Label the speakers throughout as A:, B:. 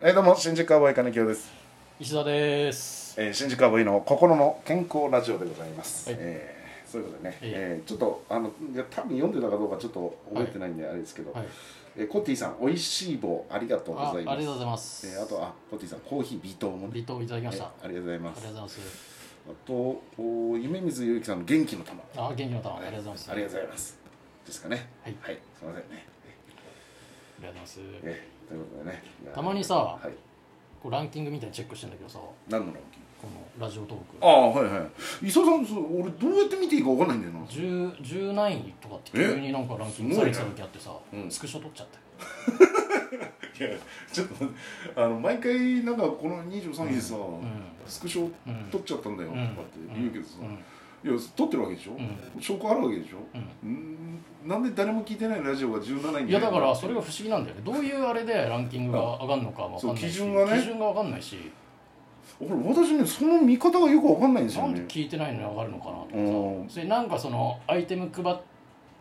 A: えーどうも新宿アボーイ金城です、
B: 石田です
A: えー新宿アボーイの心の健康ラジオでございます、
B: はい
A: えーそういうことでね、
B: えい
A: えーちょっとあのいや多分読んでたかどうかちょっと覚えてないんであれですけど、
B: はい
A: えーコッティさんおいしい棒ありがとうご
B: ああ
A: ざい
B: りが
A: ます
B: とうございます、
A: えーあとあコッティさんコーヒー微糖もね
B: リトーいただきました、
A: えーありがとうござい
B: あ
A: ま
B: り
A: す
B: がとうございます
A: あとお夢水ゆうきさんの元気の玉
B: あ元気の玉ありがとうございます
A: ありがとうございますですかね
B: はい
A: はいすいませんね、
B: ありがとうございます
A: えーということでねいや
B: たまにさ
A: はい
B: こうランキングみたいにチェックしてんだけどさこ
A: 何のランキング
B: のラジオトー
A: あ
B: ク
A: あはいはい磯田さんそう俺どうやって見ていいか分かんないんだよな
B: 10, 10何位とかって急になんかランキング
A: すご
B: さ
A: い
B: れ
A: ね
B: てた時あってさ、
A: うん
B: スクショ撮っちゃったよ
A: いやちょっとあの毎回なんかこの23位でさ、
B: う
A: スクショ
B: んうん
A: 取っちゃったんだよ、
B: うん
A: とかって言うけどさ、
B: うん
A: いや取ってるわけでしょ、
B: ん
A: 証拠あるわけでしょ
B: う
A: うんなんで誰も聞いてないラジオが17位
B: ん
A: に
B: いやだからそれが不思議なんだよねどういうあれでランキングが上がるのかも分かんないし
A: そう基準がね
B: 基準が分かんないし
A: 俺私ねその見方がよく分かんないんです
B: な
A: よ
B: んで
A: ね
B: 聞いてないのに上がるのかなと
A: うん
B: かさそれなんかそのアイテム配っ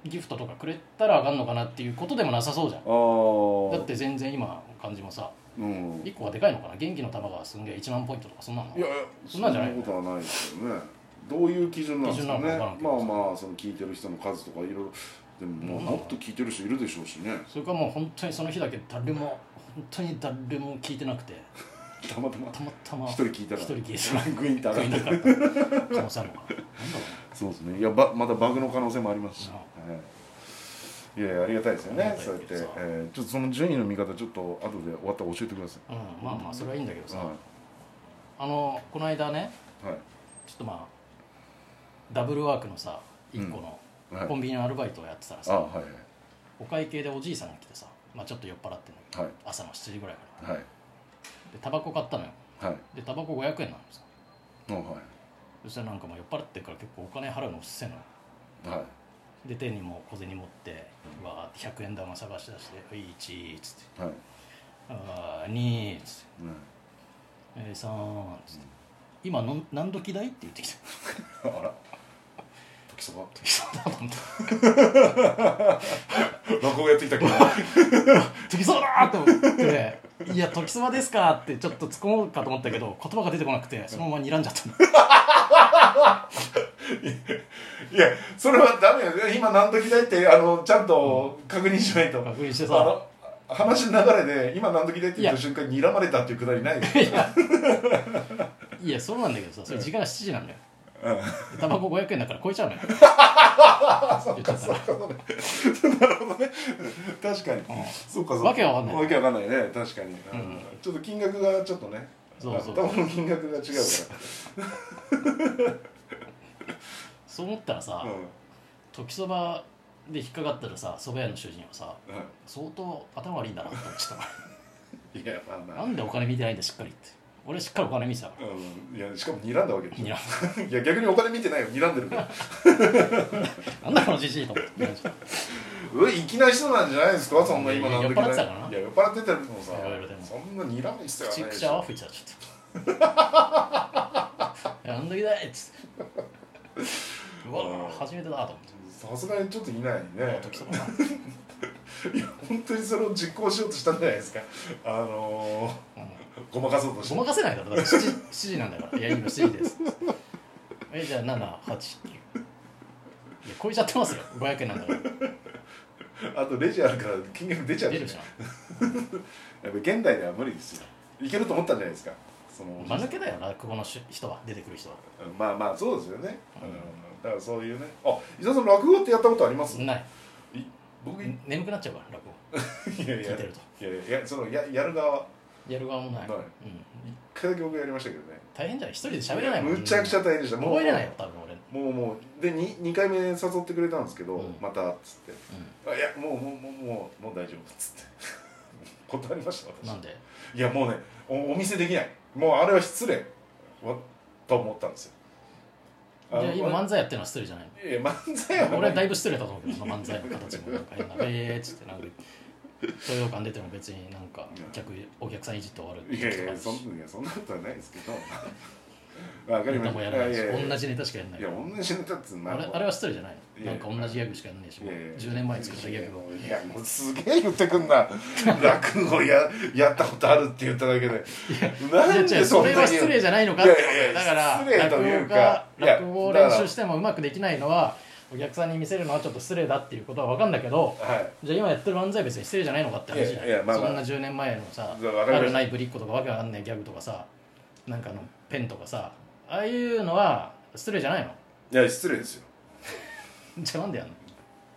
B: ギフトとかくれたら上がるのかなっていうことでもなさそうじゃん
A: ああ
B: だって全然今感じもさ
A: うんい
B: 1個がでかいのかな元気の玉がすんげえ1万ポイントとかそんなの
A: や
B: そんなんじゃない
A: ことはないですよねどういう基準なんですかね
B: 基準なのか分
A: ま
B: からんけど
A: あまあその聞いてる人の数とかいろいろでもまあもっと聞いてる人いるでしょうしね
B: それかもう本当にその日だけ誰も本当に誰も聞いてなくて
A: たまたま
B: たまたま
A: 一人聞いたら
B: 一人聞いて
A: ランクインって上がって
B: なかった可能性あるのかななんだろ
A: そうですねいやばまたバグの可能性もありますし、
B: な
A: はい、いやいやありがたいですよ
B: あ
A: ね
B: りが
A: そ
B: た
A: う
B: い
A: やっ
B: け
A: て
B: どさ、
A: えーちょっとその順位の見方ちょっと後で終わったら教えてくださ
B: うなうんまあまあそれはいいんだけど
A: い
B: さ
A: は
B: あのこの間ね
A: いはい
B: ちょっとまあダブルワークのさ1個の
A: はい
B: コンビニのアルバイトをやってたら
A: あ
B: さ、
A: はい
B: お会計でおじいさんが来てさ、まあ、ちょっと酔っ払ってんだけど、
A: はい
B: 朝の7時ぐらいか
A: はい
B: らでタバコ買ったのよ
A: はい
B: でタバコ500円なんですよ
A: あはい
B: そしたらなんかもう酔っ払ってるから結構お金払うのうっせえのよ
A: はい
B: で手にも小銭持ってわーって100円玉探し出して「1」っつって
A: はい
B: 「あー2」っつって
A: ね
B: 「えー3」っつって「今の何時だい?」って言ってきた
A: あら時そば
B: 時差だと思って
A: 落語やってきたけど
B: 時そばだと思って「いや時そばですか」ってちょっと突っ込もうかと思ったけど言葉が出てこなくてそのまま睨んじゃったの
A: いやそれはダメよ今何時だいってあのちゃんと確認しないと
B: 確認して
A: あ
B: さ
A: の話の流れで今何時だいって言った瞬間に睨まれたっていうくだりないですよ
B: いやいやそうなんだけどさそれ時間が7時なんだよ
A: うん
B: でタバコ500円だから超えちゃう のよ言っちゃったら
A: なるほどね確かに、
B: ん
A: そうかそう
B: わけわかんない
A: わけわかんないね確かに、
B: うん
A: うんちょっと金額がちょっとね
B: そ うそう
A: 頭の金額が違うか
B: そう思ったらさ
A: ら、うん
B: 時そばで引っかかったらさそば屋の主人はさ
A: は
B: 相当頭悪いんだなって思っちゃっ
A: い、いやまあ
B: た
A: ま
B: な
A: あ、
B: んでお金見てないんだしっかりって俺しっかりお金見てたか
A: うん、いやしかも睨んだわけでしょ
B: らいや
A: いや逆にお金見てないよ睨んでるから
B: なんだこのじじいと思って
A: うわ粋な人なんじゃないですかそんな今
B: いや
A: 何
B: 酔っ
A: 時
B: 払ってたからない
A: や酔っ払ってたのもさ
B: いろいろでも
A: そんな睨む必要は
B: 口
A: ないで
B: 口
A: しょ
B: 泡吹いちゃうちょっと「いや あんだけだい」っつってう
A: う
B: わ
A: ん
B: 初めてだと思って
A: さすがにちょっといない
B: あ
A: ね
B: 時そばだ
A: いや本当にそれを実行しようとしたんじゃないですかあの
B: うん
A: ー、ごまかそうとして
B: ごまかせないだろだって 7, 時7時 なんだから「いや今7時です」えじゃあ789いや超えちゃってますよ500円なんだから
A: あとレジあるから金額出ちゃう
B: 出
A: しね
B: るじゃん
A: やっぱ現代では無理ですよいけると思ったんじゃないですかその
B: 間抜けだよなここのし人は出てくる人は
A: うんまあまあそうですよね、う
B: うんん
A: だからそういうねあ伊沢さん落語ってやったことあります
B: ない
A: 僕い
B: ん眠くなっちゃうから落語
A: やいや
B: 聞いてると
A: いやいやそのややる側
B: やる側もない、
A: ない
B: うん、
A: 一回だけ僕やりましたけどね
B: 大変じゃない一人で喋れないもん
A: むちゃくちゃ大変でした
B: 覚えれないよ多分俺、
A: もうもうで 2, 二回目誘ってくれたんですけど、
B: うん
A: またっつって
B: う
A: あいやもうもうもうもうもう大丈夫っつって 断りました
B: ん、
A: 私
B: なんで
A: いやもうねおお見せできないもうあれは失礼わと思ったんですよ
B: じゃあ今
A: ま
B: 漫才やってるのは失礼じゃないの
A: いや漫才は
B: 俺はだいぶ失礼だと思うけどその漫才の形もなんか変 な「ええ」っつってなんか東洋館出ても別になんか客お客さんいじって終わるって
A: いやい
B: とかあ
A: や
B: るし
A: そんいやそんなことはないですけど わかり
B: ネ
A: ま
B: タ
A: し
B: も
A: た
B: やらないし
A: いやいや
B: 同じネタしかやらない
A: いや同じネタってま
B: あれあれはストーリーじゃない
A: い
B: の
A: や
B: なんか同じギャグしかやんねえし
A: いやいや
B: 10年前に作ったギャグを
A: いやもうすげえ言ってくんな落語ややったことあるって言った だけで
B: い
A: な
B: や
A: ん
B: 違
A: で
B: う
A: そ
B: そ
A: ん
B: れ
A: な
B: は
A: に
B: 失
A: 言う
B: 礼じゃないのかってことだよ
A: いやいや
B: だから
A: 失礼とい
B: 落
A: う
B: 語が
A: か
B: 落語を
A: いやだか
B: 練
A: ら
B: 習してもうまくできないのはお客さんに見せるのはちょっと失礼だっていうことは分かんだけど
A: はい
B: じゃあ今やってる漫才は別に失礼じゃないのかって話じゃない
A: いやいやまあまあ
B: そんな10年前のさ
A: いやわかりました
B: あるないぶりっ子とかわけわかんないギャグとかさなんかあのペンとかさああいうのは失礼じゃないの
A: いや失礼ですよ
B: じゃあなんでやんの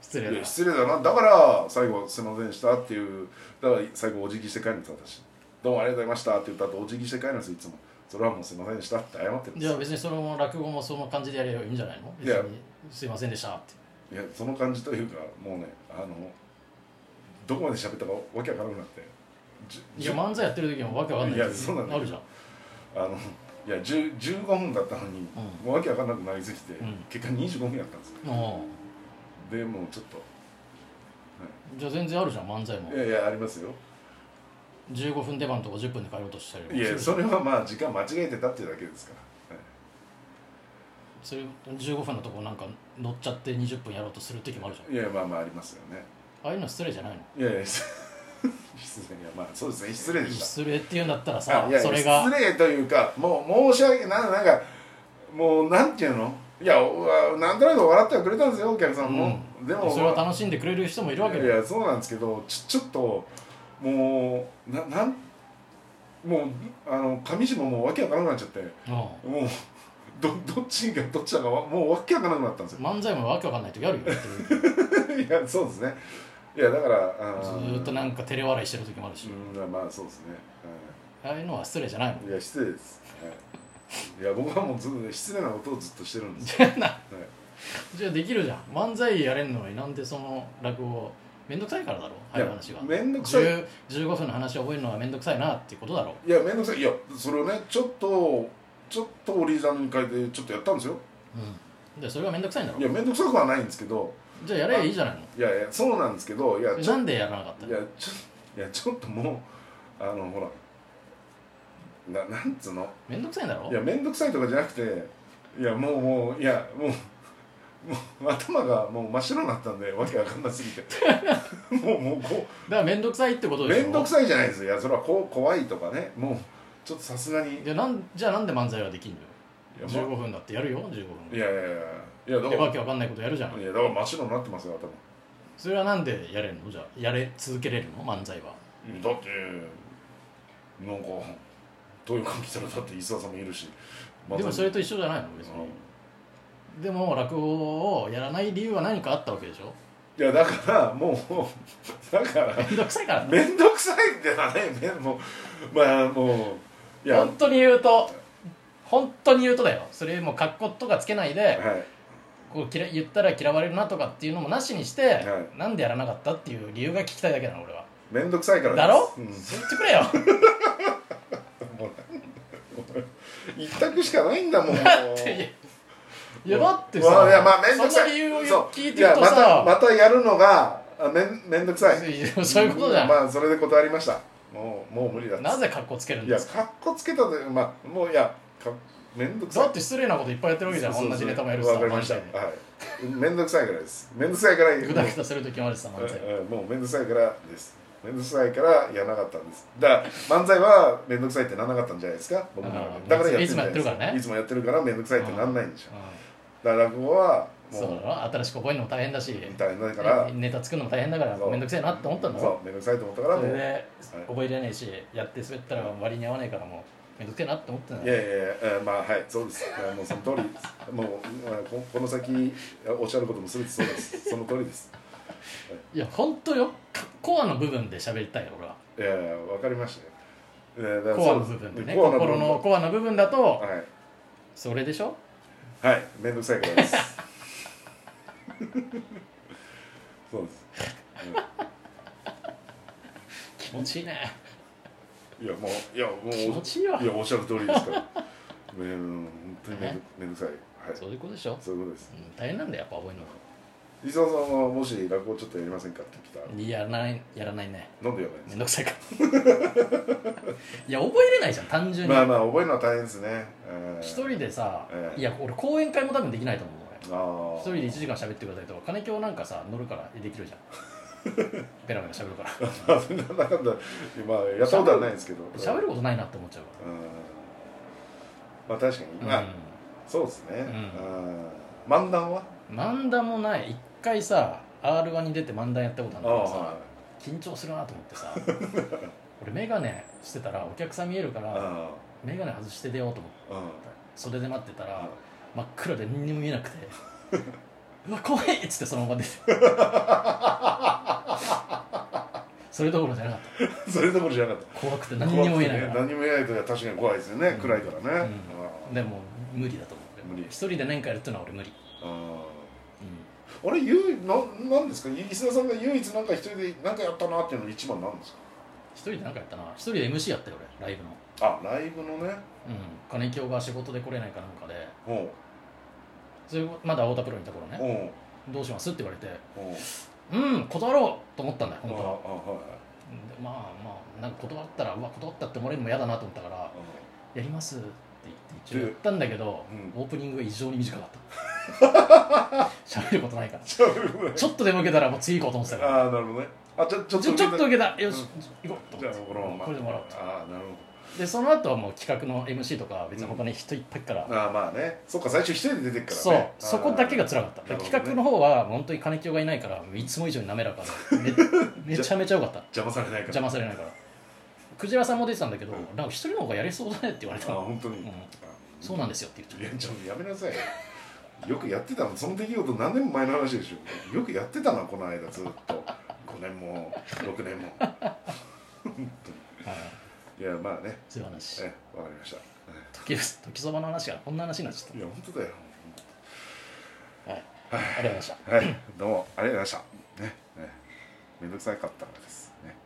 B: 失礼だ
A: いや
B: な
A: 失礼だなだから最後すいませんでしたっていうだから最後お辞儀して帰るんです私どうもありがとうございましたって言った後お辞儀して帰るんですいつもそれはもうすいませんでしたって謝ってるんで
B: じ
A: す
B: ゃあ
A: よ
B: 別にそれも落語もその感じでやればいいんじゃないの
A: い
B: 別
A: や
B: にすいませんでしたって
A: いやその感じというかもうねあのどこまで喋ったかわけわからなくなってじゅ
B: い
A: じゅ
B: や漫才やってる時もわけわかんない
A: いやそうなんだ
B: あ
A: よ
B: るじゃん
A: あのいや10 15分だったのに、
B: う
A: もうわけわかんなくなりすぎて、
B: うん
A: 結果25分やったんですよ
B: お
A: でもうちょっと
B: うじゃあ全然あるじゃん漫才も
A: いやいやありますよ
B: 15分出番とか10分で帰ろうとしたりも
A: いや
B: する
A: それはまあ時間間違えてたっていうだけですから、はい
B: それ15分のとこなんか乗っちゃって20分やろうとする時もあるじゃん
A: いやまあまあありますよね
B: ああいうの失礼じゃないの
A: いやいや 失失礼いやまあそうですね失礼でし
B: 失礼って言うんだったら
A: た
B: さ
A: あいや
B: それが
A: 失礼というかもう申し訳ななんかもうなんていうのいやおわなんとなく笑ってはくれたんですよお客さんも、
B: うん
A: でも
B: それは楽しんでくれる人もいるわけ
A: い
B: だよ
A: やいやそうなんですけどちちょっともうななんもうあの上下もうわけわからなくなっちゃって
B: う
A: もうどどっちがどっちだかわもうわけわからなくなったんですよ
B: ん漫才もわけわかんない時ある よやってる時ず
A: いやそうですねいやだからあ
B: ーっとなんか照れ笑いしてる時もあるし
A: うんまあそうですね、
B: ああいうのは失礼じゃないの
A: うんいや失礼です、はい、いや僕はもうずっと失礼なことをずっとしてるんですよ、
B: じゃあな
A: はい
B: じゃあできるじゃん漫才やれんのになんでその落語めんどくさいからだろ
A: い
B: 早い
A: や
B: 話は
A: めんどくさい
B: 10 15分の話覚えるのはめんどくさいなってことだろ
A: いや面倒くさいいやそれをねちょっとちょっとオリジナルに変えてちょっとやったんですよ
B: うんでそれがめんどくさいんだろ
A: いや面倒くさくはないんですけど
B: じゃあやればいいじゃないの
A: いやいやそうなんですけどいやちょ
B: なんでやらなかった
A: い
B: の
A: やちょいやちょっともうあのほらななんつうの
B: めんどくさいんだろ
A: いや面倒くさいとかじゃなくていやもうもういやもうもう頭がもう真っ白になったんでわけわかんなすぎ てもうもうこ
B: だからめんどくさいってこ
A: う
B: とでしょ
A: 面倒くさいじゃないですよいやそれはこう怖いとかねもうちょっとさすがにい
B: じゃあなんじゃあなんで漫才はできんのよ
A: や,、ま
B: 15分だってやるよ
A: あ、い
B: 15分
A: やいやいやいやだ
B: で
A: か
B: わけわかんないことやるじゃ
A: ら
B: ん
A: いやだから真っ白になってますよ頭
B: それはなんでやれんのじゃあやれ続けれるの漫才は
A: だってなんかどういう関係たらだって石田さんもいるし、
B: でもそれと一緒じゃないの別にでも落語をやらない理由は何かあったわけでし ょ
A: いやだからもう だから
B: めんどくさいから
A: 面倒くさいんだよねめもうまあもういや
B: 本当に言うと本当に言うとだよそれもう格好とかつけないで
A: はい
B: こう嫌い言ったら嫌われるなとかっていうのもなしにして、
A: は
B: なんでやらなかったっていう理由が聞きたいだけなの俺は
A: 面倒くさいからです
B: だろ、
A: うん
B: そう言ってくれよ
A: 一択しかないんだ もん
B: いやいやだってさ、
A: まあいやまあ面倒く
B: そん
A: さ
B: ない理由を
A: そう
B: 聞いてる
A: いや
B: と
A: ま
B: さ
A: たまたやるのがあめん面倒くさい
B: いや そういうことじゃん、
A: まあそれで断りましたもうもう無理だっつ
B: なぜ格好つけるん
A: い
B: で
A: や
B: すか
A: かっこつけたというまあもういやか面倒くさい
B: だって失礼なこといっぱいやってるわけじゃん
A: そうそう
B: 同
A: そ
B: じ
A: う
B: ネタもやるしさ
A: わかりました
B: 漫才で
A: はい面倒くさいからです面倒くさいから
B: ぐだぐだする時もあるしさ漫才
A: うんうんもう面倒くさいからです面倒くさいからやらなかったんですだから漫才は面倒くさいってならなかったんじゃないですか僕の中
B: あ
A: で
B: ー
A: だからやってんじゃない
B: つもやってるからね
A: いつもやってるから面倒くさいってなんないんでしょ
B: う
A: だから落語は
B: んそうだ
A: も
B: ろ新しく覚えるのも大変だし
A: う大変だから
B: ネタ作るのも大変だから
A: そう
B: めんどくせえなって思ったんだ
A: そ
B: ろ
A: う面倒くさいと思ったから
B: そ
A: もうい
B: れ
A: や
B: で覚えれねえしやって滑ったら割に合わねえからもうめんどくせえなって思ってんだ
A: いや
B: ろ
A: いやえーまあはいそうですいやもうその通りですもうまあここの先おっしゃることも全てそうですその通りです
B: いや本当よコアの部分で喋りたいよ俺はい
A: やいやわかりましたよえーだから
B: コア
A: そう
B: の
A: です
B: 部分でね
A: コアな部
B: 心
A: 分
B: のコアの部分だと
A: はい
B: それでしょ
A: はい、めんどくさいからです。 そうです。
B: 気持ちいいね
A: いや、もう、いや、もう、
B: 気持ちいいわ
A: いや、おっしゃる通りですから。めん、本当にめんど、めんどくさい。はい。
B: そういうことでしょ
A: そういうことです。
B: うん大変なんだよやっぱ覚えるの
A: 理想さんはもし落語ちょっとやりませんかって来たら
B: やらないやらないね
A: なんでやばいんで
B: め
A: す
B: ん
A: か
B: どく さいからいや覚えれないじゃん単純に、
A: まあまあ覚えるのは大変ですねえー
B: 一人でさ、
A: ええ
B: いや俺講演会も多分できないと思う俺
A: あー
B: 一人で1時間喋ってくださいとか金京なんかさ乗るからできるじゃん ベラベラ喋るから
A: なんだかんだまあやったことはないんですけど
B: 喋ることないなって思っちゃうか
A: うんまあ確かに、
B: ら、
A: ま
B: う
A: あそうですね、う
B: う
A: ん漫談は
B: ん漫談もない一回さ r 1に出て漫談やったことあるんだけど
A: は
B: さ緊張するなと思ってさ 俺眼鏡してたらお客さん見えるか
A: い
B: ら
A: あ
B: 眼鏡外して出ようと思っ
A: ー
B: て
A: うん
B: 袖で待ってたら
A: あ
B: 真っ暗で何にも見えなくて うわ怖いっつってそのまま出てそれどころじゃなかっ
A: それどころじゃなかった
B: た怖くて何にも見えないから
A: 怖くてね何にも見えないと確かに怖いですよね、
B: うん
A: 暗いからね、うん
B: でも無理だと思う
A: 無理
B: 一人で何かやるっていうのは俺無理、
A: あれ唯ななんですか石田さんが唯一なんか一人で何かやったなっていうのが一番なんです
B: 一人で何かやったな一人で MC やったよ俺ライブの
A: かあライブのね
B: うん金京が仕事で来れないかなんかで
A: おう
B: それまだ太田プロにいた頃ね
A: おう
B: どうしますって言われて
A: おう
B: うん断ろうと思ったんだよ
A: ああ
B: 本当はでまあまあなんか断ったらうわ断ったって思われるのも嫌だなと思ったから
A: あはい
B: やりますって言って一応言ったんだけど、
A: う
B: オープニングが異常に短かった 喋ることないから
A: ちょっとぐらい
B: ちょっとでも受けたらもう次行こうと思ってたから
A: ああなるほどねあちょちょっ
B: ちょ
A: と
B: ちょっと受けたよし、行こう
A: じ
B: と
A: ゃあ
B: 思って
A: このまま
B: これでもらおうと
A: ああなる
B: でその後はもう企画の MC とか別に他に人いっぱいいるから、
A: ほどああまあねそっか最初一人で出てくからね
B: そう
A: あー
B: そこだけが辛かった、
A: なるほどね
B: 企画の方は本当に金清がいないからいつも以上に滑らかで めめちゃめちゃ良かった
A: 邪魔されないから
B: 邪魔されないからクジラさんも出てたんだけど、
A: うん
B: なんか一人の方がやれそうだねって言われた
A: ああ
B: の、
A: 本当に、
B: うん
A: あ
B: そうなんですよって言っ
A: い
B: ちゃ
A: やちょ
B: っ
A: っとやめなさいよくやってたのその出来事何年も前の話でしょよくやってたなこの間ずっと5年も6年も
B: た、はい、
A: いやまあね
B: そういう話
A: えわかりましたえ
B: 時時そばの話がこんな話になっちゃっ
A: いや本当だよ
B: た、はい、ありがとうございました
A: はいどうもありがとうございましたねねめんどくさかったからですね